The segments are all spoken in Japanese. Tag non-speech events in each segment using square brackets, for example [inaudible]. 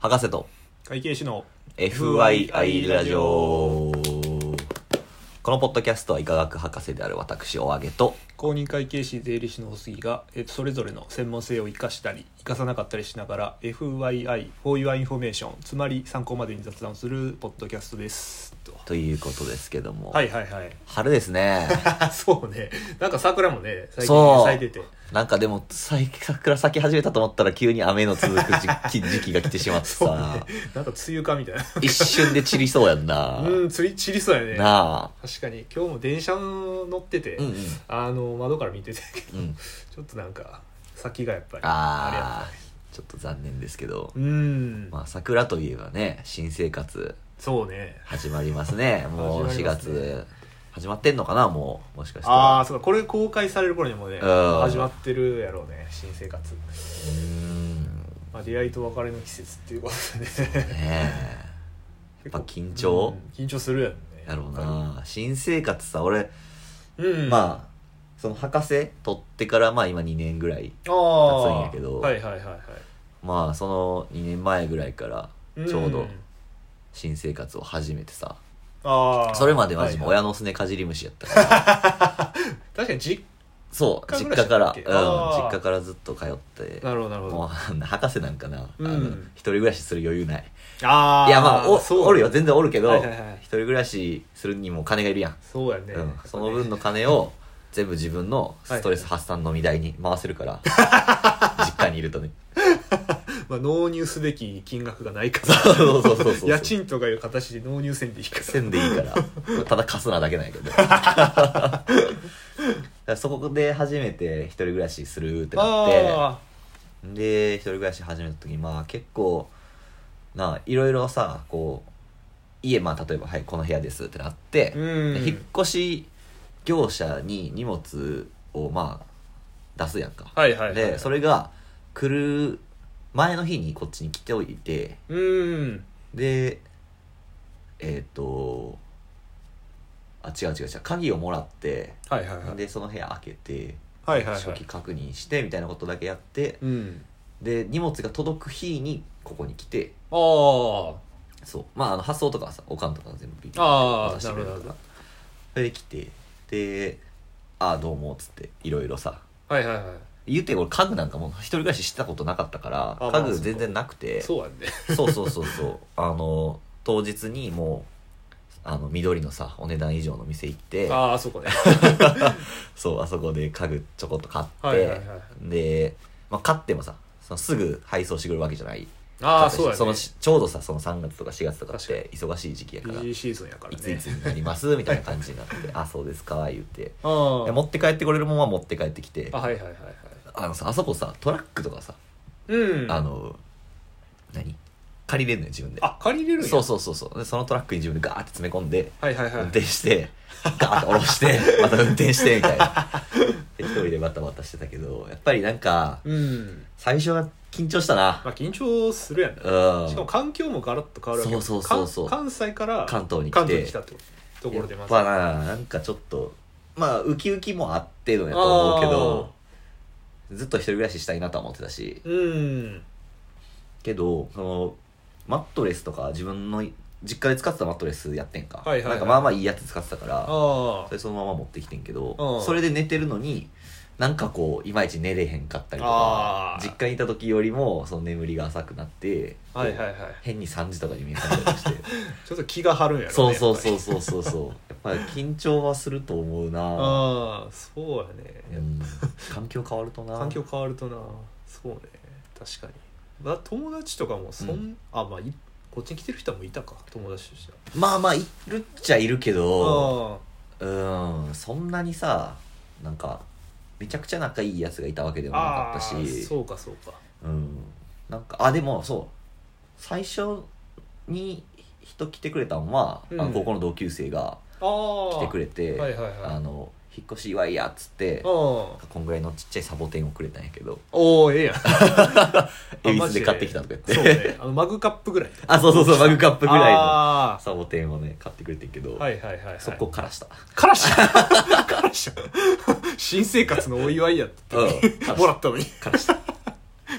博士と会計士の FYI ラジオこのポッドキャストは医科学博士である私おあげと公認会計士税理士の細木が、えっと、それぞれの専門性を生かしたり生かさなかったりしながら FYI for your information つまり参考までに雑談をするポッドキャストですとということですけども、はいはいはい春です [laughs] ねそうねなんか桜もね最近ねそう咲いててなんかでも最近桜咲き始めたと思ったら急に雨の続く [laughs] 時期時期が来てしまってそうねさ、なんか梅雨かみたい一瞬で散りそうやんななうん釣り散りそうやねなあ確かに今日も電車乗ってて、うんうんあの窓から見ててけどうん [laughs] ちょっとなんか先がやっぱりあれやっあたねーちょっと残念ですけど、うん、まあ桜といえばね新生活そうね始まりますねもう4始まります月ね始まってんのかなもうもしかしたああらーそうかこれ公開される頃にもねうん始まってるやろうね新生活、うーんねまあ、出会いと別れの季節っていうこと [laughs] でねえ結や構っぱ緊張うん緊張するやんねやろうな新生活さ俺、うんあまあその博士取ってからまあ今2年ぐらいあー暑いんやけどはいはいはいはいまあその2年前ぐらいからうんちょうど新生活を始めてさ、ああそれまでマジもう親ののすねかじり虫やった [laughs] から、確かに実そう実実家暮家らしだからっけうんあー実家からずっと通ってなるほどなるほもうどあんな博士なんかな、うんあの一人暮らしする余裕ないああいやまあおそうおるよ全然おるけど、はいはいはい一人暮らしするにも金がいるやん、そうやね、うん、その分の金を全部自分のストレス発散のみ代に回せる [laughs] から、実家にいるとね [laughs] まあ、納入すべき金額がないかそうらそうそうそうそう家賃とかいう形で納入せんでいいからせんでいいからただ貸すなだけなんや [laughs] けどだからそこで初めて一人暮らしするってなってあで一人暮らし始めた時まあ結構なあいろいろさこう家まあ例えば「はいこの部屋です」ってなって、ーうんで引っ越し業者に荷物をまあ出すやんか、はいはいはいはいでそれが来る前の日にこっちに来ておいてうんでえっ、とあ違う違う違う鍵をもらってはいはいはいでその部屋開けてはいはい初は期い確認してみたいなことだけやってうんで荷物が届く日にここに来てああそうまああの発送とかはさおかんとかが全部ビビってあー渡してくれるなるかほらどそれで来てで「ああどうも」っつっていろいろさはいはいはい言って俺家具なんかもう一人暮らししてたことなかったからあ家まあ具そう全然なくてそうやんねそうそうそうそうあの当日にもうあの緑のさお値段以上の店行ってああそ [laughs] こねそうあそこで家具ちょこっと買って、はいはいはいで、まあ、買ってもさそのすぐ配送してくるわけじゃないあ買あったしそうやねそのしちょうどさその3月とか4月とかって忙しい時期やかビらジーシーズンやからいねついつになりますみたいな感じに [laughs] なって「あそうですか」言ってああで持って帰ってこれるもんは持って帰ってきてあはいはいはいはいあのさあそこさトラックとかさ、うんあの何借りれんのよ自分であ借りれるんやそうそうそうそうでそのトラックに自分でガーって詰め込んではいはいは運い転してガーッて下ろして [laughs] また運転してみたいなで一人でバタバタしてたけどやっぱりなんかうん最初は緊張したなまあ緊張するやんねうんしかも環境もガラッと変わるわけよそうそうそうそうかん関西から関東に来て関東に来たってことところでやまっずぱななんかちょっとまあウキウキもあってのやと思うけどずっと一人暮らししたいなとは思ってたしうんけどそのマットレスとか自分の実家で使ってたマットレスやってんか、はいはいはいなんかまあまあいいやつ使ってたからあそれそのまま持ってきてんけうどんそれで寝てるのになんかこういまいち寝れへんかったりとかあー実家にいた時よりもその眠りが浅くなって、あはいはいはい変に3時とかに目覚めたり [laughs] してちょっと気が張るんやろねそうそうやそっうそうそうそうやっぱり緊張はすると思うぱなりああそうやねうん環境変わるとな環境変わるとなそうね確かに、まあ、友達とかもそん、うんあまあいこっちに来てる人もいたか友達としてはまあまあいるっちゃいるけどあうんそんなにさなんかめちゃくちゃ仲いいやつがいたわけでもなかあったあーしそうかそうかうんなんかあでもそう最初に人来てくれたのは、あうのん高校の同級生がああ来てくれて、はいはいはいあの引っ越し祝いやっつってああこんぐらいのちっちゃいサボテンをくれたんやけどおおええ [laughs] やん恵比寿で買ってきたとか言ってそうねあのマグカップぐらい [laughs] あそうそうそう [laughs] マグカップぐらいのあサボテンをね買ってくれてんけど、あはいはいはい、はい、そこからしたからした [laughs] から [laughs] した新生活のお祝いやってうん [laughs] もらったのにからした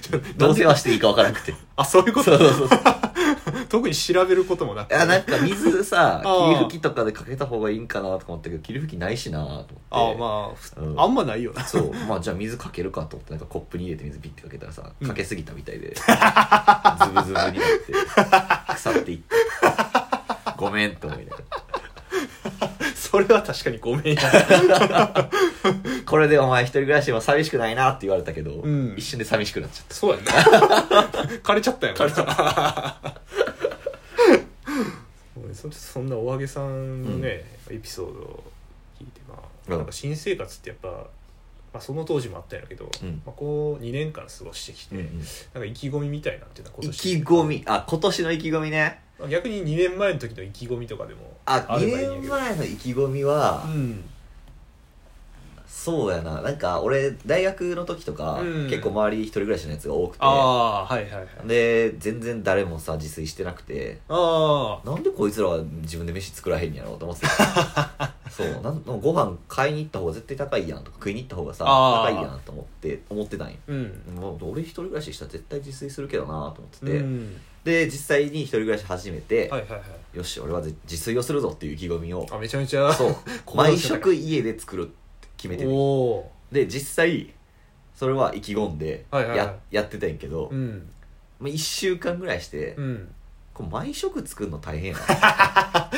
ちどう世話していいか分からなくてあそう [laughs] いうこそうとそうそうい特に調べることもなくやなんか水さ [laughs] あー霧吹きとかでかけた方がいいんかなとか思ったけど霧吹きないしなと思ってああまあふ、うんあんまないよな [laughs] そうまあじゃあ水かけるかと思ってなんかコップに入れて水ピッてかけたらさうんかけすぎたみたいで、ズブズブになって腐っていってごめんと思いながらそれは確かにごめんやこれでお前一人暮らしは寂しくないなって言われたけど、うん一瞬で寂しくなっちゃっそう [laughs] やな枯れちゃったやん枯れちゃ [laughs] 俺そそんなお揚げさんのね、エピソードを聞いてまあ、うんなんか新生活ってやっぱ、まあ、その当時もあったんやけど、うんまあ、こう2年間過ごしてきて、た、なんか意気込みみたいなっていうのは意気込みあ今年の意気込みねまあ逆に2年前の時の意気込みとかでもああ二ればいいんや2け年ど前の意気込みは、うんそうやななんか俺大学の時とか、うん結構周り一人暮らしのやつが多くてああーはいはいはいで全然誰もさ自炊してなくてあなんでこいつらは自分で飯作らへんやろうと思って [laughs] たそうなんご飯買いに行った方が絶対高いやんとか食いに行った方がさあ高ーいやんと思って思ってたんよーうんもう俺一人暮らししたら絶対自炊するけどなと思ってて、うんで実際に一人暮らし始めて、はいはいはいよし俺はぜ自炊をするぞっていう意気込みをあめちゃめち [laughs] ゃそう毎食家で作るって決めておねおで実際それは意気込んでや,、はいはいはいやってたんやけど、ーうんまあ、1週間ぐらいして、うんこう毎食作るの大変や [laughs] な、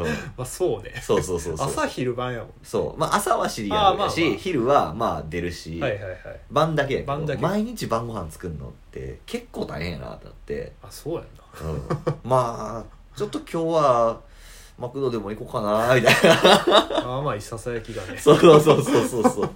うん、まあそうねそうそうそうそう朝昼晩やもんそう、まあ、朝はシリアルだし、あーまあまあ昼はまあ出るし、はいはいはい晩だけやけど晩だけ毎日晩ご飯作るのって結構大変やなってなって、あそうやんなうん、 [laughs] まあちょっと今日はマクドでも行こうかなみたいなあーまあいささやきがね [laughs] そうそうそうそうそうそう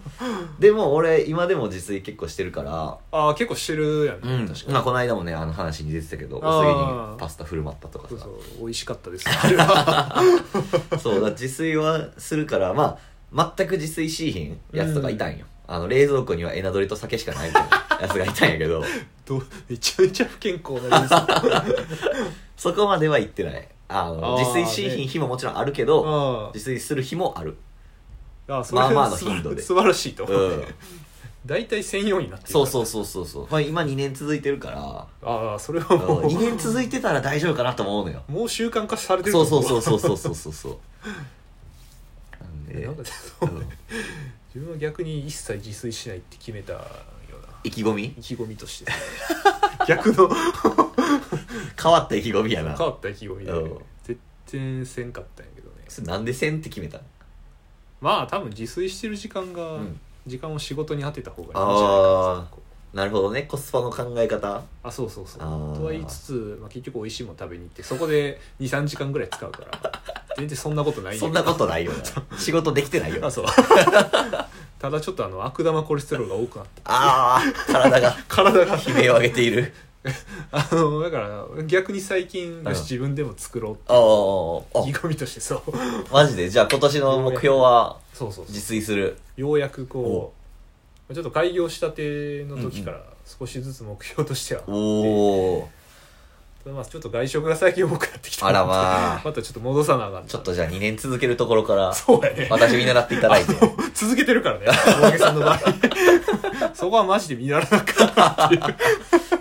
でも俺今でも自炊結構してるから、ああ結構してるやんね、うん確かに、まあ、この間もねあの話に出てたけどあおすーぎにパスタ振る舞ったとかさそうそう美味しかったですあれは [laughs] そうだから自炊はするからまあ全く自炊しいひんやつとかいたんよ、あの冷蔵庫にはエナドリと酒しかないみたいなやつがいたんや [laughs] けどどうめちゃめちゃ不健康な [laughs] 人生そこまでは行ってないあのあー自炊しいひん日ももちろんあるけど、あー自炊する日もある、あーそれまあまあの頻度で素晴らしいとう思う、ん、大体専用になってるそううそうそうそうそう、まあ、今2年続いてるかああそれはら、うん、もう2年続いてたら大丈夫かなと思うの [laughs] よもう習慣化されてるそうそうそううそうそうそうそうそうなんでなんかそううん自分は逆に一切自炊しないって決めたような意気込み意気込み [laughs] として逆の変わった意気込みやな変わった意気込みでうん絶対せんかったんやけどねそれなんでせんって決めたのまあ多分自炊してる時間が、うん時間を仕事に当てた方がいいんじゃないかなあってこうなるほどねコスパの考え方あそうそうそうあーとは言いつつ、まあ、結局美味しいもの食べに行ってそこで23時間ぐらい使うから全然そんなことないそんなことなないよ [laughs] な仕事できてないよあそう [laughs] ただちょっとあの悪玉コレステロールが多くなってああ体が体が悲鳴を上げてい [laughs] るあのだから逆に最近んよし自分でも作ろうってあーあ意気込みとしてそうマジでじゃあ今年の目標はそうそう自炊するようやくこうちょっと開業したての時から少しずつ目標としては、おおまあ、ちょっと外食が最近多くなってきたあらまあ [laughs] またちょっと戻さなあかんなちょっとじゃあ2年続けるところからそうやね私見習っていただいて [laughs] 続けてるからね大げさんの [laughs] 場合そこはマジで見られなかったっていう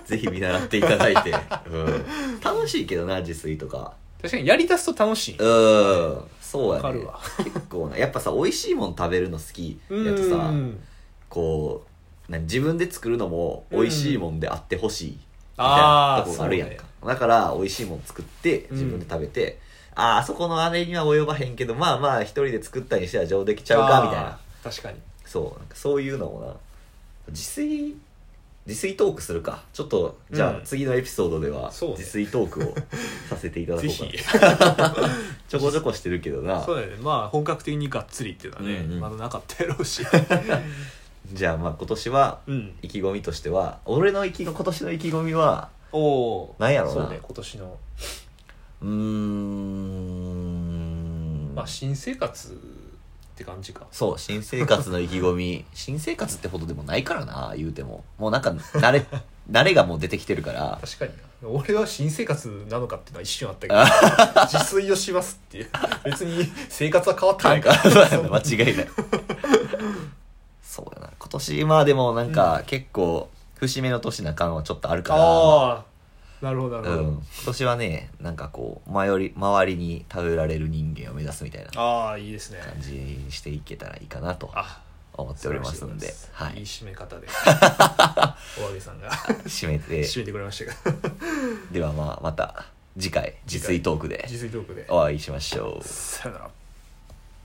ぜひ見習っていただい [laughs] て、うん、楽しいけどな自炊とか確かにやりだすと楽しいうんそうわやかねるわ結構なやっぱさ美味しいもん食べるの好きやとさうんこう何自分で作るのも美味しいもんであってほしいみたいあなとーこがあるやんか、そだから美味しいもん作って自分で食べて、あーあそこのあれには及ばへんけどまあまあ一人で作ったにしては上出来ちゃうかみたいなあー確かにそうなんかそういうのもな自炊自炊トークするかちょっとじゃうあん次のエピソードではそうね自炊トークをさせていただこ [laughs] ぜうかなひちょこちょこしてるけどなそうだよねまあ本格的にがっつりっていうのはね、うんうんまだなかったやろ [laughs] うしじゃあまあ今年はうん意気込みとしては俺の意気込今年の意気込みはおおなんやろうなそうね今年の、うーんまあ、新生活って感じかそう新生活の意気込 [laughs] み新生活ってほどでもないからな言うてももうなんか慣 [laughs] れ慣れがもう出てきてるから確かにな俺は新生活なのかっていうのは一瞬あったけど自炊をしますっていう別に生活は変わってななんいかからそうやな [laughs] 間違いないそうやな今年まあでもなんか結構、普節目の年な感はちょっとあるからああなるほどなるほうど、ん、今年はねなんかこう周り周りに頼られる人間を目指すみたいなああいいですね感じにしていけたらいいかなとあ思っておりますんで素晴はらしいいで、すいい締め [laughs] 方でお揚げさんが締めて締めてくれましたけどではまあまた次回自炊トークで自炊トークでお会いしましょう。さよなら